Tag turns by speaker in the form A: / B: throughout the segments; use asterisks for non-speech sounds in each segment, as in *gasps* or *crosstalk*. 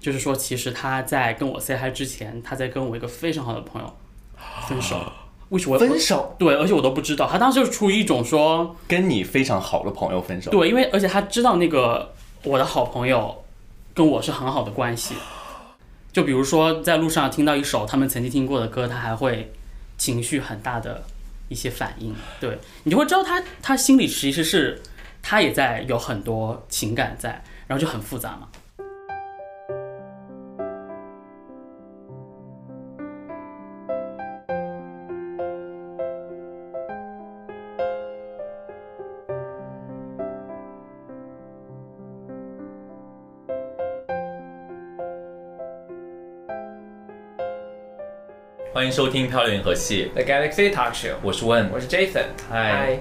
A: 就是说，其实他在跟我 say hi 之前，他在跟我一个非常好的朋友分手。 *gasps* 为什么？
B: 啊分手
A: 对，而且我都不知道，他当时就出于一种说，
B: 跟你非常好的朋友分手，
A: 对，因为而且他知道那个我的好朋友跟我是很好的关系，就比如说在路上听到一首他们曾经听过的歌，他还会情绪很大的一些反应，对你就会知道他他心里其实是他也在有很多情感在，然后就很复杂嘛。
C: 欢迎收听《漂流银河系
D: The Galaxy Talk Show，》，
C: 我是问。
D: 我是 Jason。
C: 嗨，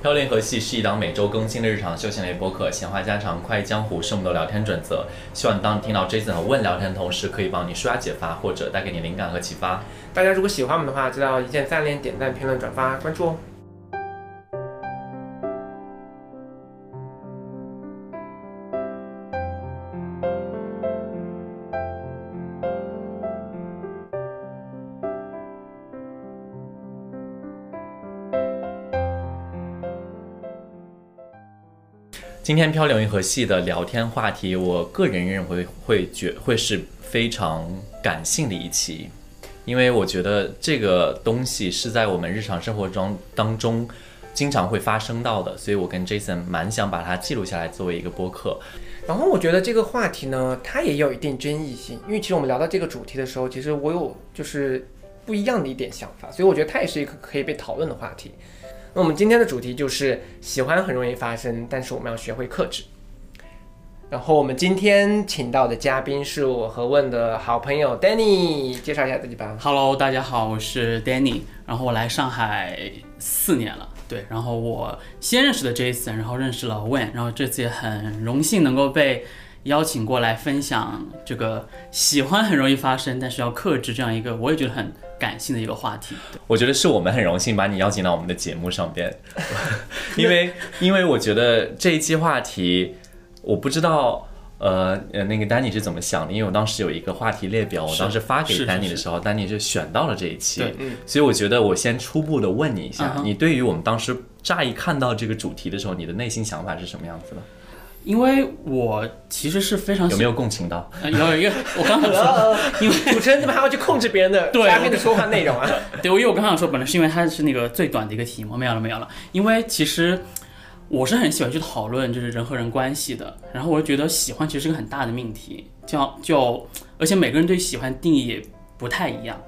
C: 《漂流银河系》是一档每周更新的日常休闲类播客，闲话家常、快意江湖是我们的聊天准则。希望当你听到 Jason 和问聊天的同时，可以帮你舒压解乏，或者带给你灵感和启发。
D: 大家如果喜欢我们的话，知道一键三连、点赞、评论、转发、关注哦。
C: 今天《漂流银河系》的聊天话题，我个人认为会觉会是非常感性的一期，因为我觉得这个东西是在我们日常生活中当中经常会发生到的，所以我跟 Jason 蛮想把它记录下来作为一个播客。
D: 然后我觉得这个话题呢，它也有一定争议性，因为其实我们聊到这个主题的时候，其实我有就是不一样的一点想法，所以我觉得它也是一个可以被讨论的话题。那我们今天的主题就是喜欢很容易发生，但是我们要学会克制。然后我们今天请到的嘉宾是我和问的好朋友 Danny，介绍一下自
A: *laughs*
D: 己吧。
A: Hello，大家好，我是 Danny，然后我来上海四年了，对，然后我先认识的 Jason，然后认识了 Wen，然后这次也很荣幸能够被邀请过来分享这个喜欢很容易发生，但是要克制这样一个我也觉得很感性的一个话题。
C: 我觉得是我们很荣幸把你邀请到我们的节目
A: *laughs*
C: 上边，因为因为我觉得这一期话题，我不知道呃呃那个丹尼是怎么想的，因为我当时有一个话题列表，我
A: 是
C: 当时发
A: 是
C: 给
A: 是
C: 丹尼的
A: 是
C: 时候，丹尼是选到了这一期
A: 对，
C: 所以我觉得我先初步的问你一下
A: 嗯，哼
C: 你对于我们当时乍一看到这个主题的时候，你的内心想法是什么样子的？
A: 因为我其实啊是非常喜
C: 有没有共情到？ *laughs*
A: 呃有一个我刚刚说，因为
D: 主持人怎么还要去控制别人的
A: 对
D: 嘉宾的说话内容啊？
A: 对，因为我刚想说，本来是因为它是那个最短的一个题目，没有了，没有了。因为其实我是很喜欢去讨论就是人和人关系的，然后我就觉得喜欢其实是个很大的命题，就就而且每个人对喜欢定义也不太一样。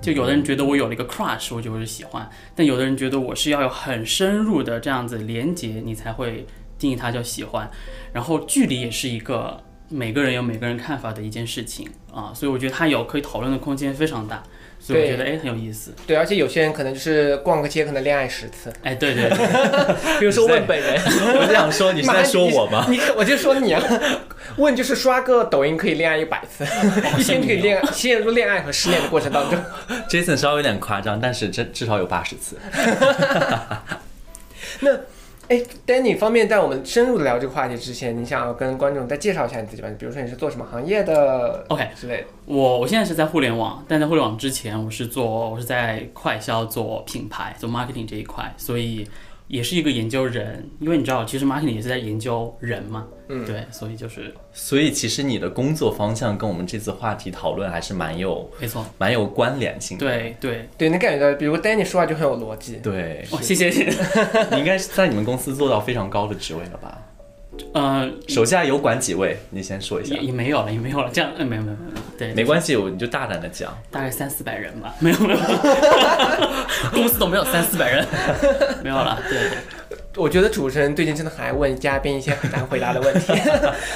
A: 就有的人觉得我有了一个 crush，我就是喜欢；但有的人觉得我是要有很深入的这样子连接，你才会定义它叫喜欢。然后距离也是一个每个人有每个人看法的一件事情啊，所以我觉得它有可以讨论的空间非常大，所以我觉得哎很有意思。
D: 对，而且有些人可能就是逛个街，可能恋爱十次，
A: 哎，对对对，
D: 比如说问本人。 *laughs*
C: 我是想说，你是在说我吗？
D: 你我就说你啊，问就是刷个抖音可以恋爱一百次， *laughs* 一天就可以恋爱，陷入恋爱和失恋的过程当中。
C: Jason 稍微有点夸张，但是至至少有八十次。
D: 哎，Danny，方便在我们深入的聊这个话题之前，你想要跟观众再介绍一下你自己吗？比如说你是做什么行业的
A: OK
D: 之类的？
A: 我我现在是在互联网，但在互联网之前，我是做我是在快销做品牌做 marketing 这一块，所以也是一个研究人，因为你知道，其实 marketing 也是在研究人嘛，嗯，对，所以就是
C: 所以其实你的工作方向跟我们这次话题讨论还是蛮有
A: 没错，
C: 蛮有关联性的。
A: 对对，
D: 对，能感觉到，比如 Danny 说话就很有逻辑。
C: 对
A: 哦，谢谢谢谢，
C: 你应该是在你们公司做到非常高的职位了吧？
A: 呃，
C: 手下有管几位？你先说一下
A: 也，也没有了，也没有了，这样，哎，没有没有没有，对，
C: 没关系，我你就大胆的讲。
A: 大概三四百人吧， *laughs* 没有没有，公司都没有三四百人，没有了，对，
D: 我觉得主持人最近真的很爱问嘉宾一些很难回答的问题。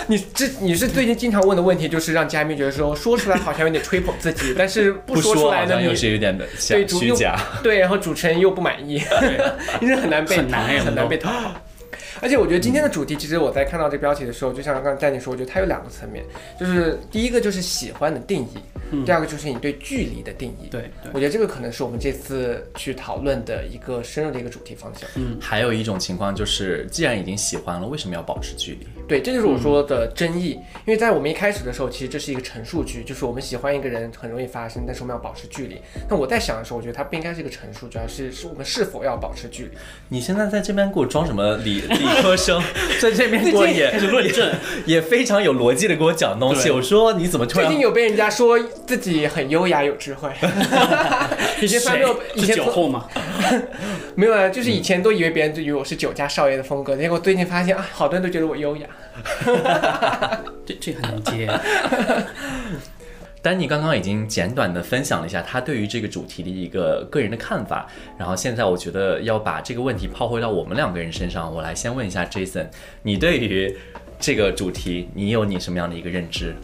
D: 你这你是最近经常问的问题，就是让嘉宾觉得说说出来好像有点吹捧自己，但是不
C: 不
D: 说出
C: 说好
D: 来呢，
C: 像
D: 你
C: 又是有点的假
D: 对主
C: 虚假。
D: 对，然后主持人又不满意， *laughs* 因为很难被
A: 很难哎
D: 很
A: 很多
D: 难被讨好。而且我觉得今天的主题，其实我在看到这标题的时候，就像刚才丹尼说，我觉得它有两个层面，就是第一个就是喜欢的定义，第二个就是你对距离的定义。
A: 对对
D: *laughs* 我觉得这个可能是我们这次去讨论的一个深入的一个主题方向。
C: 还有一种情况就是，既然已经喜欢了，为什么要保持距离？
D: 对，这就是
C: 嗯
D: 我说的争议。因为在我们一开始的时候，其实这是一个陈述句，就是我们喜欢一个人很容易发生，但是我们要保持距离。那我在想的时候，我觉得它不应该是一个陈述句，而是是我们是否要保持距离。
C: 你现在在这边给我装什么理 *laughs* 理科
D: *laughs*
C: 生， *laughs* 在这边给我也
A: 开始论
C: *laughs*
A: 证，
C: 也非常有逻辑的给我讲东西。
A: 对
C: 我说你怎么突
D: 最
C: 然
D: 近有被人家说自己很优雅有智慧， *laughs* 以前从来没有，以
A: 是
D: 前
A: 酒
D: 从
A: 后嘛？
D: 没有啊，就是以前都以为别人都以为我是酒家少爷的风格，结果最近发现啊，好多人都觉得我优雅。
A: 这这很能接，
C: 丹尼刚刚已经简短的分享了一下他对于这个主题的一个个人的看法，然后现在我觉得要把这个问题抛回到我们两个人身上，我来先问一下 Jason，你对于这个主题你有你什么样的一个认知？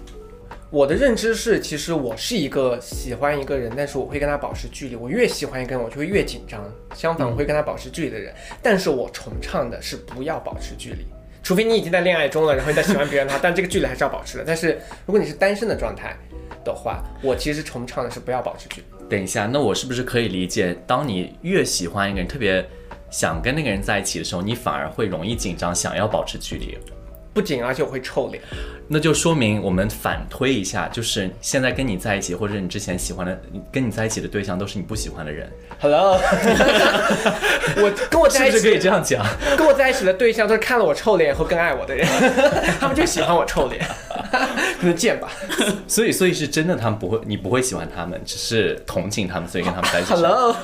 D: 我的认知是，其实我是一个喜欢一个人，但是我会跟他保持距离。我越喜欢一个人，我就会越紧张。相反，我会跟他保持距离的人。但是我崇尚的是不要保持距离， *laughs* 除非你已经在恋爱中了，然后你再喜欢别人的话，但这个距离还是要保持的。但是如果你是单身的状态的话，我其实崇尚的是不要保持距离。
C: 等一下，那我是不是可以理解，当你越喜欢一个人，特别想跟那个人在一起的时候，你反而会容易紧张，想要保持距离？
D: 不仅而且我会臭脸，
C: 那就说明我们反推一下，就是现在跟你在一起，或者你之前喜欢的、跟你在一起的对象，都是你不喜欢的人，
D: *laughs* Hello，我跟我
C: 是
D: 在
C: 不
D: 一
C: 是可
D: 起，
C: 以这样讲？
D: 跟我在一起的对象都是看了我臭脸以后更爱我的人，他们就喜欢我臭脸，可能贱吧。
C: 所以，所以是真的，他们不会，你不会喜欢他们，只是同情他们，所以跟他们在一起。
D: *laughs* Hello，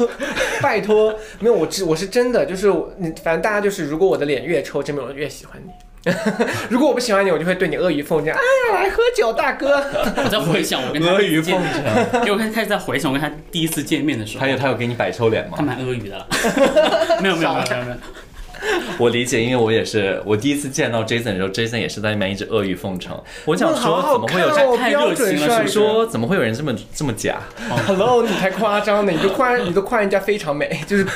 D: 拜托，没有我是我是真的，就是我你反正大家就是，如果我的脸越臭，证明我越喜欢你。 *laughs* 如果我不喜欢你，我就会对你阿谀奉承。哎呀，来喝酒，大哥。
A: 我在回想我跟他
C: 阿谀
A: 见
C: 奉承，
A: 因为我开始开始在回想我跟他第一次见面的时候
C: 还，有他有给你摆臭脸吗
D: *laughs*
A: 他？蛮阿谀的了。 *laughs* 没有没有没有没有没有，
C: 我理解，因为我也是，我第一次见到 Jason 的时候，Jason 也是在那边一直阿谀奉承。我想
D: 好
C: 说，
D: 好
C: 怎么会有
D: 看
C: 这？
D: 哦
A: 太
D: 标
A: 热
D: 准
A: 情了
D: 帅
A: 是
D: 哥
A: 不是
C: 说怎么会有人这么这么假？
D: Hello，你才夸张呢，你就夸你都夸人家非常美， *laughs* 就是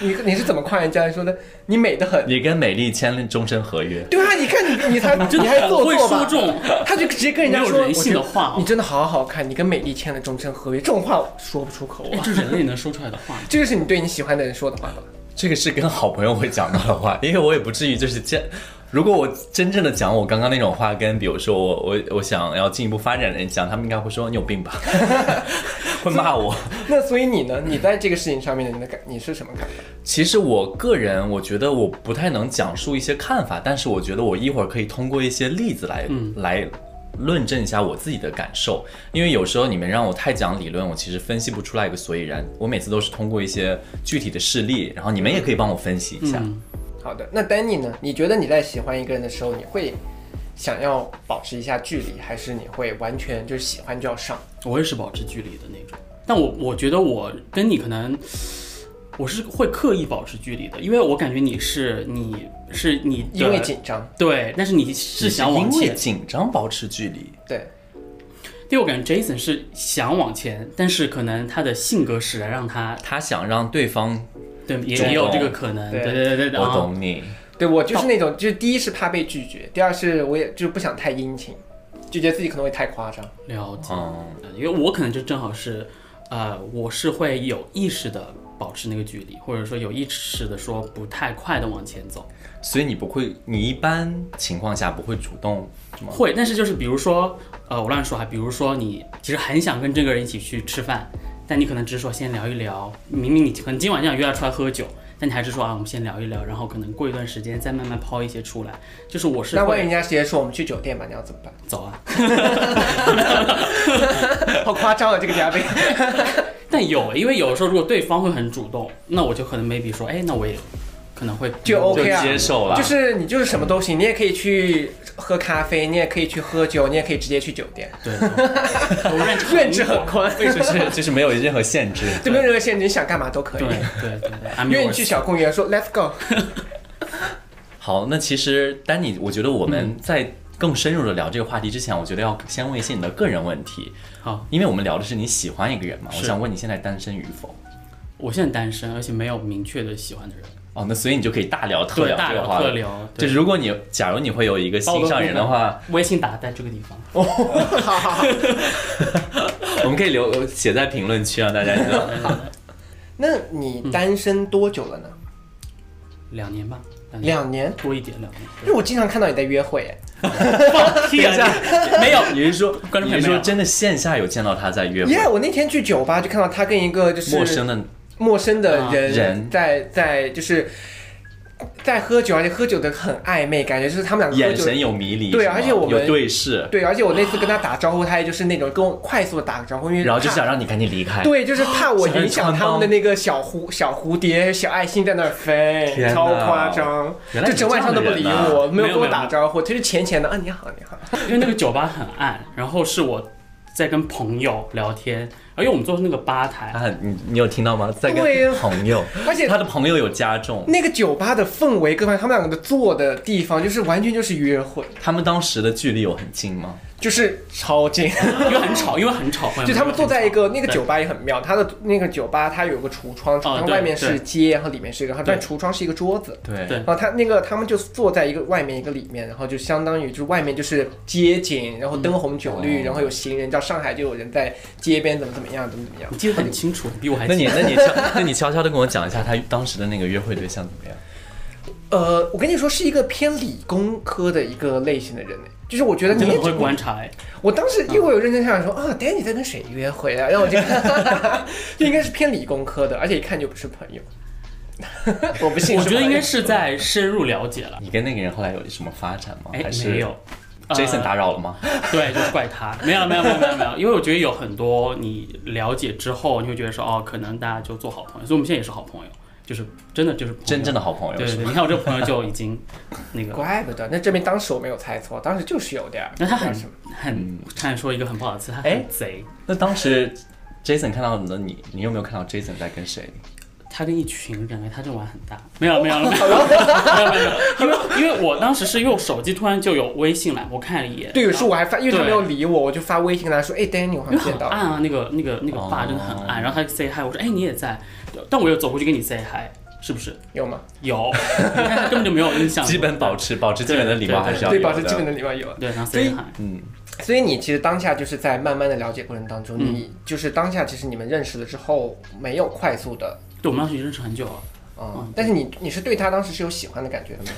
D: 你你是怎么夸人家说的？你美得很。
C: 你跟美丽签了终身合约，
D: 对啊，你看你你才
A: 真
D: 你
A: 的
D: 还
A: 很
D: 做
A: 会
D: 作吧
A: 说？这种
D: *laughs* 他就直接跟人家
A: 没有
D: 说
A: 人性的
D: 我觉得
A: 话哦
D: 你真的好好看，你跟美丽签了终身合约，这种话我说不出口
A: 哎
D: 啊。
A: 就人类能说出来的话吗，
D: 这个是你对你喜欢的人说的话吧？
C: 这个是跟好朋友会讲到的话，因为我也不至于就是见。如果我真正的讲我刚刚那种话，跟比如说我我我想要进一步发展的人讲，他们应该会说你有病吧， *laughs* 会骂我。
D: *laughs* 那所以你呢？你在这个事情上面你的感，你是什么感觉？
C: 其实我个人，我觉得我不太能讲述一些看法，但是我觉得我一会儿可以通过一些例子来、来
D: 嗯
C: 论证一下我自己的感受，因为有时候你们让我太讲理论，我其实分析不出来一个所以然。我每次都是通过一些具体的事例，然后你们也可以帮我分析一下。
D: 嗯好的，那丹尼呢？你觉得你在喜欢一个人的时候，你会想要保持一下距离，还是你会完全就是喜欢就要上？
A: 我也是保持距离的那种。但我我觉得我跟你可能，我是会刻意保持距离的，因为我感觉你是你是你的
D: 因为紧张，
A: 对，但是你
C: 你
A: 是想往
C: 因为
A: 前，
C: 紧张保持距离，
D: 对，
A: 对我感觉 Jason 是想往前，但是可能他的性格使然让他
C: 他想让对方哦
A: 对也
C: 主动
A: 也有这个可能，
D: 对
A: 对对对对，
C: 我
A: 啊
C: 懂你，
D: 对我就是那种，就是第一是怕被拒绝，第二是我也就是不想太殷勤，就觉得自己可能会太夸张。
A: 了解。
C: 嗯，
A: 呃因为我可能就正好是，呃，我是会有意识的保持那个距离，或者说有意识的说不太快的往前走。
C: 所以你不会，你一般情况下不会主
D: *laughs*
C: 动是吗？
A: 会，但是就是比如说，呃，我乱说啊，比如说你其实很想跟这个人一起去吃饭，但你可能只是说先聊一聊，明明你可能今晚就想约他出来喝酒，但你还是说啊，我们先聊一聊，然后可能过一段时间再慢慢抛一些出来。就是我是
D: 那万一
A: 会
D: 人家直接说我们去酒店吧，你要怎么办？
A: 走啊，
D: 好夸张啊，这个嘉宾。
A: 但有，因为有的时候如果对方会很主动，那我就可能 maybe 说，哎，那我也可能会
D: 就 OK 啊，
C: 就接受了
D: 就是你就是什么都行，你也可以去喝咖啡，你也可以去喝酒，你也可以直接去酒店，
A: 对，我认知
D: 认知很宽，
C: 就是就是没有任何限制。
D: 就没有任何限制，你想干嘛都可以
A: 对。对对对，
D: *laughs*
A: 还没
D: 约
A: 有
D: 你去小公园说 Let's
C: *laughs*
D: go，
C: 好，那其实丹尼，我觉得我
A: 嗯
C: 们在更深入的聊这个话题之前，我觉得要先问一些你的个人问题。
A: 好，
C: 因为我们聊的是你喜欢一个人嘛，我
A: 是
C: 想问你现在单身与否。
A: 我现在单身，而且没有明确的喜欢的人，
C: 哦，那所以你就可以大聊特
A: 对
C: 聊
A: 大
C: 这个
A: 聊
C: 话
A: 特
C: 题。
A: 聊，
C: 就
A: 对
C: 是如果你假如你会有一个心上人的
A: *laughs*
C: 话，
A: 微信打在这个地方。
D: 好好好。
C: 我们可以留写在评论区让啊大家
A: *laughs*
C: 知道。
D: 那你单身多久了呢？
A: 两年吧，
D: 两年，
A: 多一点两
D: *laughs*
A: 年。
D: 因为我经常看到你在约会，
A: 放屁
C: 等一下
A: 啊！没有，
C: 你是说，
A: 观众朋友
C: 你是说
A: 没有
C: 真的线下有见到他在约
D: 耶、
C: 会，
D: 我那天去酒吧就看到他跟一个就是
C: 陌生的
D: 陌生的人
C: 啊人
D: 在在就是在喝酒，而且喝酒的很暧昧，感觉就是他们两个
C: 眼
D: 喝
C: 神
D: 酒。
C: 有迷离，
D: 对
C: 是吗
D: 而且我们
C: 有对视，
D: 对，而且我那次跟他打招呼，他也就是那种跟我快速的打个招呼，因为
C: 然后就
D: 怕
C: 想让你赶紧离开。
D: 对，就是怕我影
C: 想让哎
D: 响他
C: 穿
D: 们
C: 帮
D: 的那个小蝴小蝴蝶、小爱心在那儿飞，
C: 天哪
D: 超夸张，
C: 原来你
D: 就
C: 是
D: 整晚上都不理
C: 这样的人啊
D: 我，
A: 呐
D: 没有跟
A: 没
D: 我
A: 有
D: 打招呼，就是浅浅的啊，你好，你好，
A: 因为那个酒吧很暗，然后是我在跟朋友聊天，而且我们坐那个吧台
D: *laughs*
C: 他，很，啊你你有听到吗？在
D: 对呀
C: 跟朋友，
D: 而 *laughs* 且
C: 他的朋友有加重，
D: 那个酒吧的氛围，各方面，他们两个的坐的地方，就是完全就是约会，
C: 他们当时的距离有很近吗？
D: 就是超近。
A: 因为很吵，因为很吵。
D: *laughs* 就他们坐在一个那个
A: 对
D: 酒吧也很妙，它的那个酒吧它有个橱
C: 哦
D: 窗，橱窗
A: 对
D: 外面是
A: 对
D: 街，然后里面是一个，它
A: 对
D: 但橱窗是一个桌子。
C: 对
A: 对
D: 然后他那个他们就坐在一个外面一个里面，然后就相当于就是外面就是街景，然后灯红酒
A: 嗯
D: 绿，
C: 哦
D: 然后有行人，到上海就有人在街边怎么怎么样，怎么怎么样
A: 你。记得很清楚，比我还
C: 那
A: 清
C: 你
A: 楚。
C: 那你悄 *laughs* 那你悄悄的跟我讲一下他当时的那个约会对象怎么样？
D: 呃，我跟你说是一个偏理工科的一个类型的人，欸就是我觉得你
A: 真的
D: 也
A: 很会观察哎，
D: 我当时因为我有认真想说啊，Danny 在跟谁约会啊？然后我就
A: *laughs*
D: 就应该是偏理工科的，而且一看就不是朋友。 *laughs* 我不信，
A: 我觉得应该
D: 是
A: 是在深入了解了。
C: 你跟那个人后来有什么发展吗？
A: 哎
C: 还，是
A: 没有呃
C: Jason 打扰了吗？
A: 对，就是怪他。没有没有没有没有没有，因为我觉得有很多你了解之后，你会觉得说哦，可能大家就做好朋友，所以我们现在也是好朋友，就是真的就是朋友
C: 真正的好朋友
A: 对
C: 是
A: 对对，
C: 吗
A: 你看我这个朋友就已经那
C: *laughs*
A: 个，
D: 怪不得。那证明当时我没有猜错，当时就是有点儿。
A: 那他很
D: 不知道什么
A: 很看说一个很不好的词，他
C: 嗯哎
A: 很贼，
C: 那当时 Jason 看到了你，你有没有看到 Jason 在跟谁？
A: 他跟一群人，哎他这玩很大，没有没有没有没有
C: 哦
A: 没有，因为因为我当时是用手机突然就有微信来，我看了一眼，
D: 对，有时候
A: 我。
D: 我还发，因为他
A: 对
D: 没有理我，我就发微信跟他说：“哎，Danny，我好
A: 因为
D: 像
A: 很
D: 见到
A: 暗
D: 了。
A: 啊，那个那个那个爸真的很暗，
C: 哦
A: 然后他 say hi，我说哎你也在，但我有走过去跟你 say hi，是不是？”
D: 有吗？
A: 有，你看他根本就没有印象，
C: 基本保持保持基本的礼貌还是要
D: 对，
C: 有
D: 保持
C: 的。
D: 基本的礼貌有。
A: 对，然后
D: 所以
A: say hi，
C: 嗯，
D: 所以你其实当下就是在慢慢的了解过程当中，你就是当下其实你们认识了之后没有快速的，
A: 对，我们当时已经认识很久了，
D: 嗯，但是你你是对他当时是有喜欢的感觉的吗？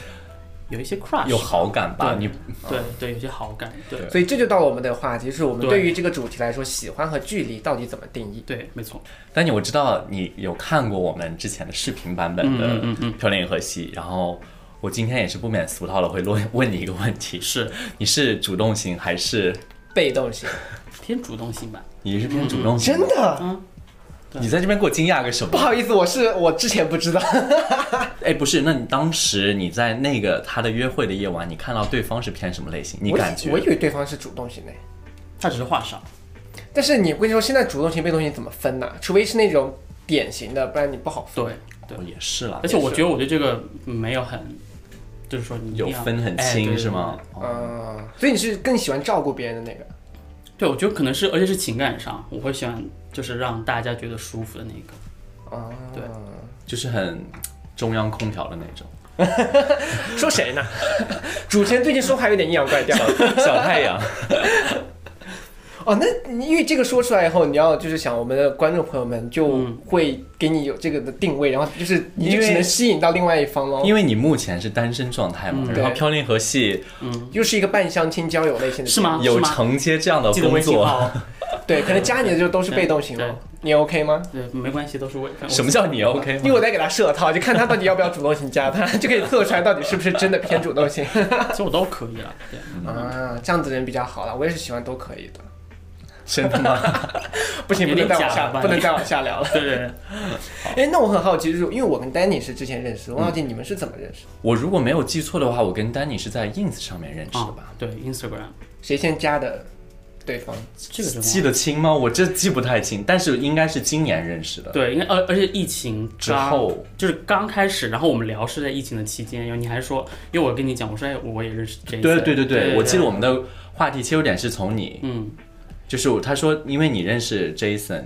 A: 有一些 crush，
C: 有好感吧？
A: 对
C: 你
A: 对对，有些好感，对
C: 对
D: 所以这就到了我们的话题，就是我们
A: 对
D: 对于这个主题来说，喜欢和距离到底怎么定义？
A: 对，没错，
C: 但你我知道你有看过我们之前的视频版本的
A: 嗯嗯嗯
C: 《漂亮银河系》，然后我今天也是不免俗套了，会问 *laughs* 问你一个问题：
A: 是
C: 你是主动型还是
D: 被动型，
A: 偏主动性吧，
C: 你是偏主动型？
A: 嗯
D: 真？的
C: 你在这边给我惊讶个什
D: *laughs* 不
C: 么？
D: 好意思，我是我之前不知道，
C: 哎，不是，那你当时你在那个他的约会的夜晚，你看到对方是偏什么类型？你
D: 我以
C: 感觉
D: 我以为对方是主动型的，
A: 他只是话少，
D: 但是你我跟你说，现在主动型、被动型怎么分呢、除非是那种典型的，不然你不好分。
A: 对对
C: 哦我，也是啦
A: 而，且我觉得我对这个没有很，就是说你一定
C: 有
A: 要
C: 分很
A: 哎对
C: 清
A: 对
C: 是吗？哦
A: 啊
D: 嗯，所以你是更喜欢照顾别人
A: *laughs*
D: 的那个。
A: 对，我觉得可能是，而且是情感上，我会喜欢就是让大家觉得舒服的那个，
D: 哦、
C: 就是很中央空调的那
A: *laughs*
C: 种
D: 对，说谁呢？主持人最近说话有点阴阳怪
A: *laughs*
D: 调。
C: 小太阳。
D: 哦，那你因为这个说出来以后，你要就是想我们的观众朋友们就
A: 嗯
D: 会给你有这个的定位，然后就是你就
C: 因为
D: 只能吸引到另外一方哦喽，
C: 因为你目前是单身状态嘛，
A: 嗯
C: 然后
D: 对
C: 飘零河系
D: 又是一个半相亲交友类型的，
A: 是？吗？
C: 有
A: 是吗？
C: 承接这样的
A: 记得微
C: 呃工
A: 信
C: 作，
A: 号，哦
D: 对，可能加你的就都是被动型
A: 对
D: 了，你 OK 吗？
A: 对，没关系，都是微信。
C: 什么叫你 OK
D: 因为
C: 吗？
D: 我在给他设套，就看他到底要不要主动
A: *laughs*
D: 型加他，就可以测出来到底是不是真的偏主动型
A: 其实我都可以了，对，
C: *laughs*
D: 啊。这样子人比较好了，我也是喜欢都可以的。
C: 真的吗？
D: 不行，不
A: 哦有
D: 能
A: 点
D: 再往
A: 假
D: 下，
A: 吧
D: 不能
A: 你
D: 再往下聊了。
A: 对对对，
D: 哎，那我很好奇，就是因为我跟 Danny 是之前认识的，我很好奇你们是怎么认识的？
C: 我如果没有记错的话，我跟丹尼是在 ins 上面认识的
A: 啊
C: 吧？，
A: 对，Instagram
D: 谁先加的对 *laughs* 方？
A: 这个真忘了
C: 记得清吗？我这记不太清，但是应该是今年认识的。
A: 对，应该而而且疫情
C: 之
A: 刚
C: 后
A: 就是刚开始，然后我们聊是在疫情的期间，然后你还说，因为我跟你讲，我说哎，我也认识 Jason，
C: 对对对
A: 对，
C: 对，我记得我们的话题切入点是从你，
A: 嗯，
C: 就是我他说因为你认识 Jason，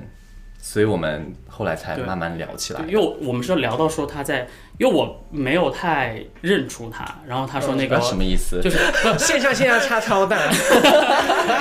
C: 所以我们后来才
A: 对
C: 慢慢聊起来
A: 对。因为我我们是聊到说他在因为我没有太认出他。然后他说那个、
C: 啊什么意思？
A: 就是
D: 哦线上线下差超大，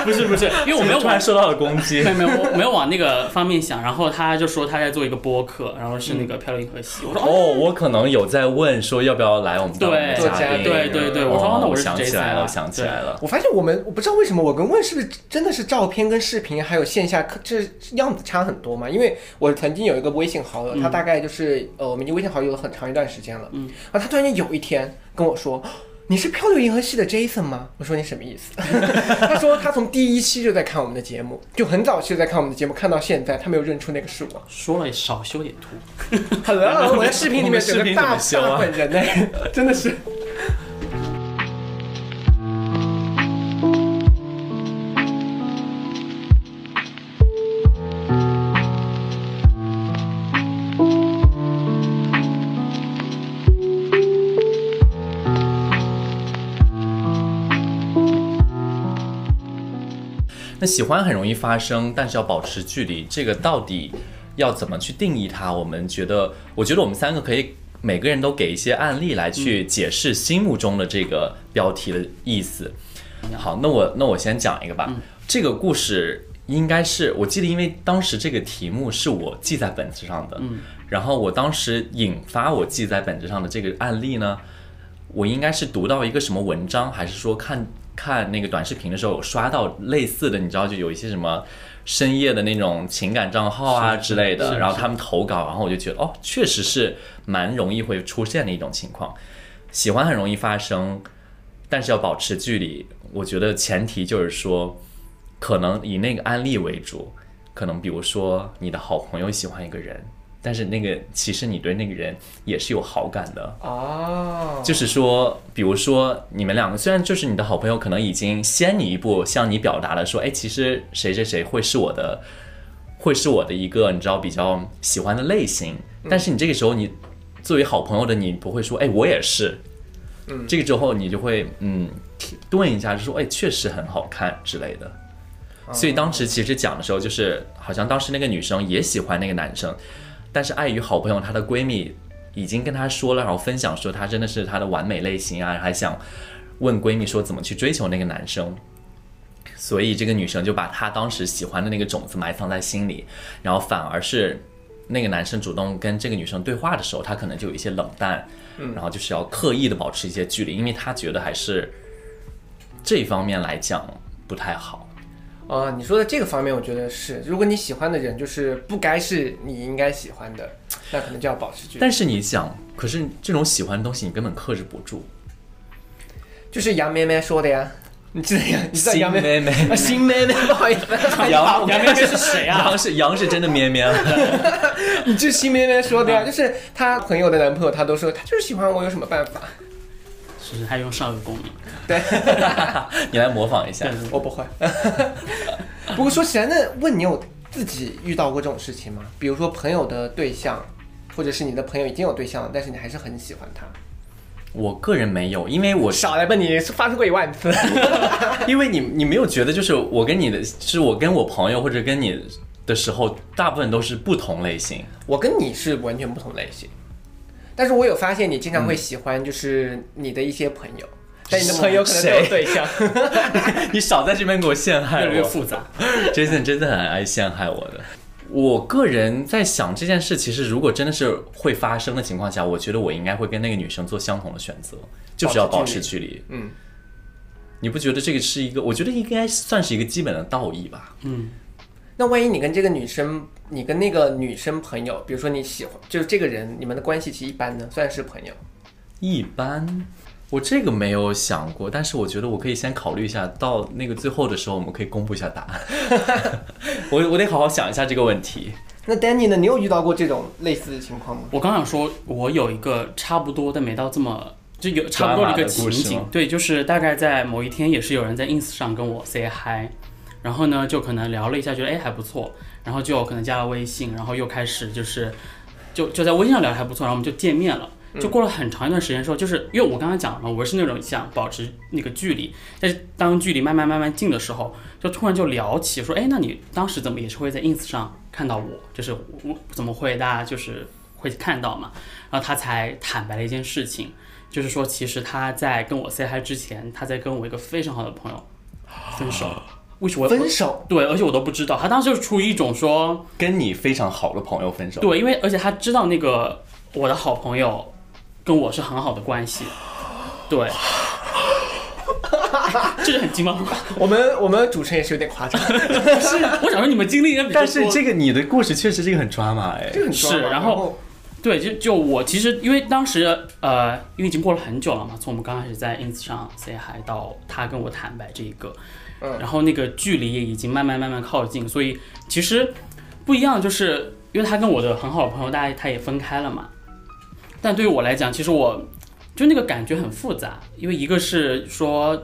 A: 不是
C: *laughs*
A: 不是，因为我没有
C: 突然
A: 往
C: 受到了攻
A: *laughs*
C: 击
A: 没。有没有我没有往那个方面想。然后他就说他在做一个播客，然后是
C: 嗯
A: 那个漂流银河系。我说哦，
C: 哦，我可能有在问说要不要来我们当我们的
A: 对
C: 嘉宾，
A: 对对对我说
C: 哦
A: 那我
C: 我
A: 是
C: 想起
A: Jason
C: 来
A: 啊
C: 了，想起来了，
D: *laughs* 我发现我们我不知道为什么我跟问是不是真的是照片跟视频还有线下课这样子差很多嘛？因为我曾经有一个微信好友，他大概就是呃我们已经微信好友了很长一段时间了，嗯，然后他突然间有一天跟我说。你是漂流银河系的 Jason 吗？我说你什么意思？ *laughs* 他说他从第一期就在看我们的节目，就很早期就在看我们的节目，看到现在，他没有认出那个是我。
A: 说了少修点图。
D: 很啊，我在视频里面整
C: 我们视
D: 个
C: 频
D: 大
C: 怎么修啊
D: 大本人呢，真
C: *laughs*
D: 的是。
C: 那喜欢很容易发生，但是要保持距离，这个到底要怎么去定义它？我们觉得，我觉得我们三个可以每个人都给一些案例来去解释心目中的这个标题的意思。好，那我那我先讲一个吧。这个故事应该是我记得，因为当时这个题目是我记在本子上的，然后我当时引发我记在本子上的这个案例呢，我应该是读到一个什么文章，还是说看看那个短视频的时候有刷到类似的，你知道就有一些什么深夜的那种情感账号啊之类
A: 是
C: 的，
A: 是
C: 然后他们投稿，然后我就觉得哦，确实是蛮容易会出现的一种情况，喜欢很容易发生，但是要保持距离，我觉得前提就是说，可能以那个案例为主，可能比如说你的好朋友喜欢一个人。但是那个，其实你对那个人也是有好感的，
D: 哦，
C: 就是说，比如说你们两个虽然就是你的好朋友，可能已经先你一步向你表达了说，哎，其实谁谁谁会是我的，会是我的一个你知道比较喜欢的类型，但是你这个时候你作为好朋友的你不会说，哎，我也是，嗯，这个之后你就会嗯顿一下，就说，哎，确实很好看之类的。所以当时其实讲的时候，就是好像当时那个女生也喜欢那个男生，但是碍于好朋友她的闺蜜已经跟她说了，然后分享说她真的是她的完美类型啊，还想问闺蜜说怎么去追求那个男生。所以这个女生就把她当时喜欢的那个种子埋藏在心里，然后反而是那个男生主动跟这个女生对话的时候，她可能就有一些冷淡，
D: 嗯
C: 然后就是要刻意的保持一些距离，因为她觉得还是这方面来讲不太好。
D: 啊、你说的这个方面，我觉得是，如果你喜欢的人就是不该是你应该喜欢的，那可能就要保持距离。
C: 但是你想，可是这种喜欢的东西你根本克制不住，
D: 就是杨妹妹说的呀，你记得杨，你知道
C: 心
D: 杨妹妹
C: 妹妹。
D: 啊， *laughs* 新妹妹，不好
C: *laughs*
D: 意思，
C: 杨
A: 杨妹妹是谁啊？
C: 杨是杨是真的咩咩了。
D: *laughs* 你就是新妹妹说的
C: 嗯
D: 呀，就是她朋友的男朋友，她都说她就是喜欢我，有什么办法？
A: 是还用上个
C: *laughs*
A: 功能。
D: 对，
C: 你来模仿一下
A: 对，对
D: 我不会。 *laughs* 不过说起来，那问你有自己遇到过这种事情吗？比如说朋友的对象，或者是你的朋友已经有对象了，但是你还是很喜欢他。
C: 我个人没有，因为我是
D: 少来吧你，发生过一万次。
C: *laughs* 因为你你没有觉得就是我跟你的，是我跟我朋友或者跟你的时候，大部分都是不同类型。
D: *laughs*
C: *laughs*
D: 我跟你是完全不同类型，但是我有发现你经常会喜欢就是你的一些朋友，但你的嗯朋友可能都有
C: 谁
D: 对象。 *laughs*
C: 你少在这边给我陷害
A: 越
C: 我，
A: 来越复杂。
C: Jason 真的很爱陷害我的。我个人在想这件事，其实如果真的是会发生的情况下，我觉得我应该会跟那个女生做相同的选择，就是要保持距离。
D: 嗯，
C: 你不觉得这个是一个？我觉得应该算是一个基本的道义吧。
D: 那万一你跟这个女生，你跟那个女生朋友，比如说你喜欢，就是这个人，你们的关系其实一般呢，算是朋友。
C: 一般，我这个没有想过，但是我觉得我可以先考虑一下，到那个最后的时候，我们可以公布一下答
B: *laughs*
C: 案。我我得好好想一下这个问题。
D: 那 Danny 呢？你有遇到过这种类似的情况吗？
A: 我刚想说，我有一个差不多，但没到这么就有差不多的一个情
C: Drama 的故事
A: 景
C: 吗。
A: 对，就是大概在某一天，也是有人在 ins 上跟我 say hi，然后呢，就可能聊了一下，觉得哎还不错，然后就可能加了微信，然后又开始就是就就在微信上聊得还不错，然后我们就见面了。就过了很长一段时间之后，就是因为我刚刚讲了嘛，我是那种想保持那个距离，但是当距离慢慢慢慢近的时候，就突然就聊起哎说，哎，那你当时怎么也是会在 ins 上看到我？就是我我怎么会大家就是会会看到嘛，然后他才坦白了一件事情，就是说其实他在跟我 say hi 之前，他在跟我一个非常好的朋友分手。为什么我
D: 分手，
A: 对，而且我都不知道，他当时就是出于一种说，
B: 跟你非常好的朋友分手，
A: 对，因为而且他知道那个我的好朋友跟我是很好的关系，对， *laughs* 这是很惊吗？
D: 我们我们主持人也是有点夸张，
A: 是，我想说你们经历应该比较
B: 但
A: 多。
B: 是这个你的故事确实这个很抓马哎
D: 这，个很
A: 是
D: 装嘛
A: 然
D: 然
A: 后对，就就我其实因为当时呃，因为已经过了很久了嘛，从我们刚开始在 ins 上 say hi 到他跟我坦白这一个，
D: 嗯
A: 然后那个距离也已经慢慢慢慢靠近，所以其实不一样，就是因为他跟我的很好的朋友，大家他也分开了嘛，但对于我来讲，其实我就那个感觉很复杂，因为一个是说。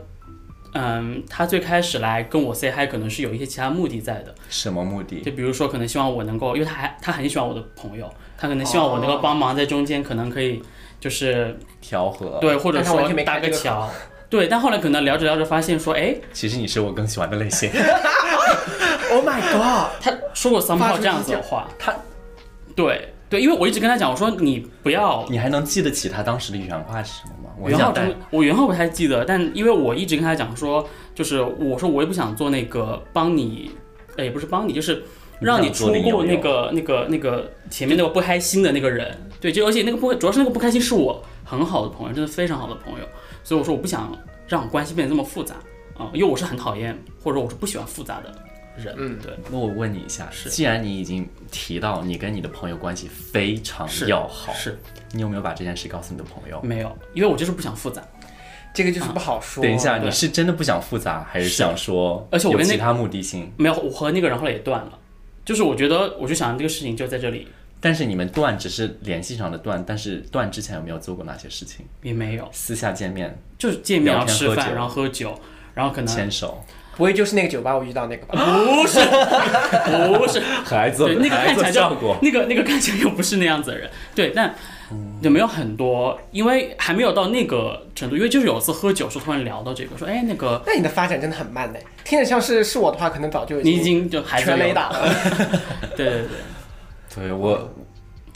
A: 嗯，他最开始来跟我 say hi，可能是有一些其他目的在的，
B: 什么目的？
A: 就比如说，可能希望我能够，因为他还他很喜欢我的朋友，他可能希望我能
D: 哦
A: 够帮忙在中间，可能可以就是
B: 调和。，
A: 对，或者
D: 但他完
A: 说
D: 全没
A: 搭
D: 开
A: 个
D: 这个口
A: 桥。对，但后来可能聊着聊着发现说，哎，
B: 其实你是我更喜欢的类 *laughs* 型。
D: ，Oh my God，
A: 他说过 somehow
D: 出
A: 这样子
D: 意
A: 的
D: 见
A: 话，
B: 他
A: 对对，因为我一直跟他讲，我说你不要
B: 你还能记得起他当时的原话是什么吗？我
A: 原话
B: 想
A: 真
B: 带
A: 的，我原话不太记得，但因为我一直跟他讲说，就是我说我也不想做那个帮你，呃，也不是帮你，就是让你
C: 你想
A: 出
C: 做那个
A: 过那
C: 有
A: 个那个那个前面那个不开心的那个人。对，就而且那个不主要是那个不开心是我很好的朋友，真的非常好的朋友，所以我说我不想让关系变得这么复杂啊、因为我是很讨厌或者我是不喜欢复杂的人。
D: 嗯
A: 对，
C: 那我问你一下，
A: 是
C: 既然你已经提到你跟你的朋友关系非常
A: 是
C: 要好，
A: 是
C: 你有没有把这件事告诉你的朋友？
A: 没有，因为我就是不想复杂。
D: 这个就是不好说。
C: 等一下，
A: 对
C: 你是真的不想复杂，还是
A: 是
C: 想说
A: 而且我
C: 有
A: 跟那
C: 其他目的性？
A: 没有，我和那个人后来也断了。就是我觉得，我就想这个事情就在这里，
C: 但是你们断只是联系上的断，但是断之前有没有做过哪些事情？
A: 也没有。
C: 私下见面、
A: 就是见面，然后
C: 聊天
A: 吃
C: 喝
A: 饭，
C: 酒
A: 然后喝酒，然后可能
C: 牵手，
D: 不会就是那个酒吧我遇到那个吧？ *gasps*
A: 不是不
C: *laughs*
A: 是，
C: 很爱
A: 对那个看起来
C: 效
A: 就
C: 果。
A: 那个那个看起来又不是那样子的人，对，但
C: 嗯
A: 也没有很多，因为还没有到那个程度，因为就是有一次喝酒时候突然聊到这个，说哎那个
D: 那你的发展真的很慢嘞，听着像是是我的话，可能早就
A: 你已经就孩子
D: 全雷
A: 有了，
D: 打了。
A: 对对对，
C: 对我，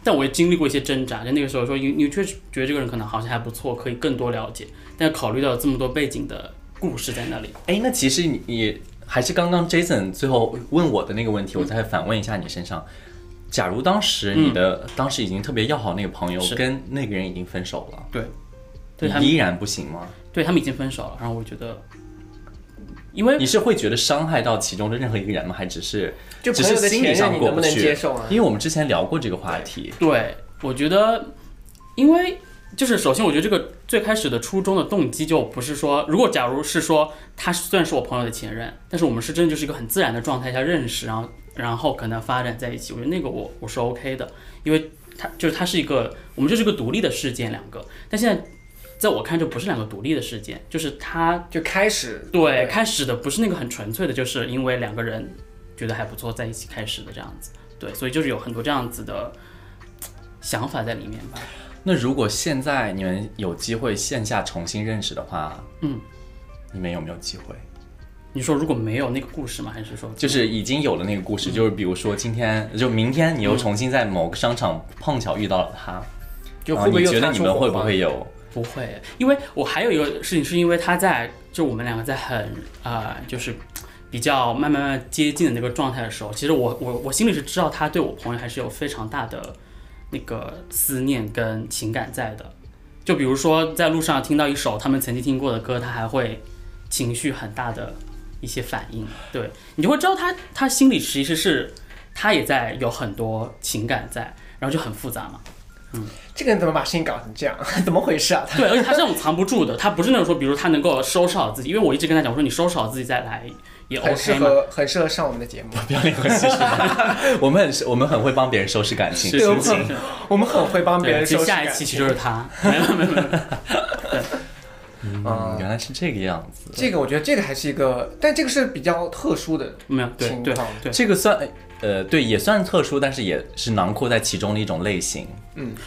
A: 但我也经历过一些挣扎，就那个时候说你你确实觉得这个人可能好像还不错，可以更多了解，但考虑到这么多背景的故事在那里，
C: 哎，那其实你你还是刚刚 Jason 最后问我的那个问
A: 嗯
C: 题，我再反问一下你身上。假如当时你的、当时已经特别要好那个朋友
A: 嗯是
C: 跟那个人已经分手了，
A: 对他们
C: 你依然不行吗？
A: 对他们已经分手了，然后我觉得，因为
C: 你是会觉得伤害到其中的任何一个人吗？还只是
D: 就
C: 只
D: 朋友
C: 是
D: 的
C: 心理
D: 前任
C: 上
D: 你
C: 过
D: 能不
C: 不
D: 能
C: 去
D: 接受啊
C: 因为我们之前聊过这个话题，
A: 对，我觉得，因为就是首先，我觉得这个最开始的初衷的动机就不是说，如果假如是说他虽然是我朋友的前任，但是我们是真的就是一个很自然的状态下认识，然后然后可能发展在一起，我觉得那个我我是 OK 的，因为他就是他是一个我们就是个独立的事件两个，但现在在我看就不是两个独立的事件，就是他
D: 就开始
A: 对，开始的不是那个很纯粹的，就是因为两个人觉得还不错在一起开始的这样子。对，所以就是有很多这样子的嘖想法在里面吧。
C: 那如果现在你们有机会线下重新认识的话，
A: 嗯，
C: 你们有没有机会？
A: 你说如果没有那个故事吗？还是说
C: 就是已经有了那个故事，就是比如说今天，就明天你又重新在某个商场碰巧遇到了他，
D: 就
C: 然
D: 会
C: 后
D: 不会
C: 啊你
D: 又
C: 觉得
D: 擦
C: 你
D: 出
C: 们
D: 火
C: 会不
D: 花
C: 会有？
A: 不会？因为我还有一个事情，是因为他在就我们两个在很呃，就是嘖比较慢慢慢慢接近的那个状态的时候，其实我我我心里是知道他对我朋友还是有非常大的那个思念跟情感在的。就比如说在路上听到一首他们曾经听过的歌，他还会情绪很大的一些反应，对你就会知道他他心里其实是他也在有很多情感在，然后就很复杂嘛。
D: 这个人怎么把事情搞成这样？ *laughs* 怎么回事啊？
A: 对，而且他是那种藏不住的，他不是那种说，比如他能够收拾好自己，因为我一直跟他讲，我说你收拾好自己再来也
D: 很适
A: OK 嘛。
D: 合，很适合上我们的节目。
C: 不要联合其实我们很我们很会帮别人收拾感
D: *laughs*
C: 情，
A: 是
D: 对我
A: 是
D: 们
A: 是，
D: 我们很会帮别
A: 对，
D: 人
A: 其
D: 收
A: 实
D: 拾
A: 下一
D: 感
A: 期其实就是他，没有没有没有，
D: 啊
C: 嗯，原来是这个样子。
D: 这个我觉得这个还是一个，但这个是比较特殊的
A: 没有，对
D: 情
A: 对
D: 况
A: 对，
C: 这个算呃对，也算特殊，但是也是囊括在其中的一种类型。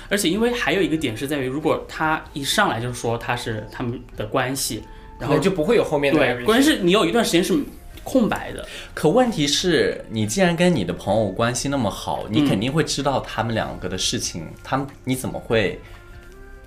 A: 而且因为还有一个点是在于，如果他一上来就说他是他们的关系，然
D: 然
A: 后
D: 后就不会有后面的
A: 对，关键是你有一段时间是空白的。
C: 可问题是你既然跟你的朋友关系那么好，你肯定会知道他们两个的事情，他们你怎么会？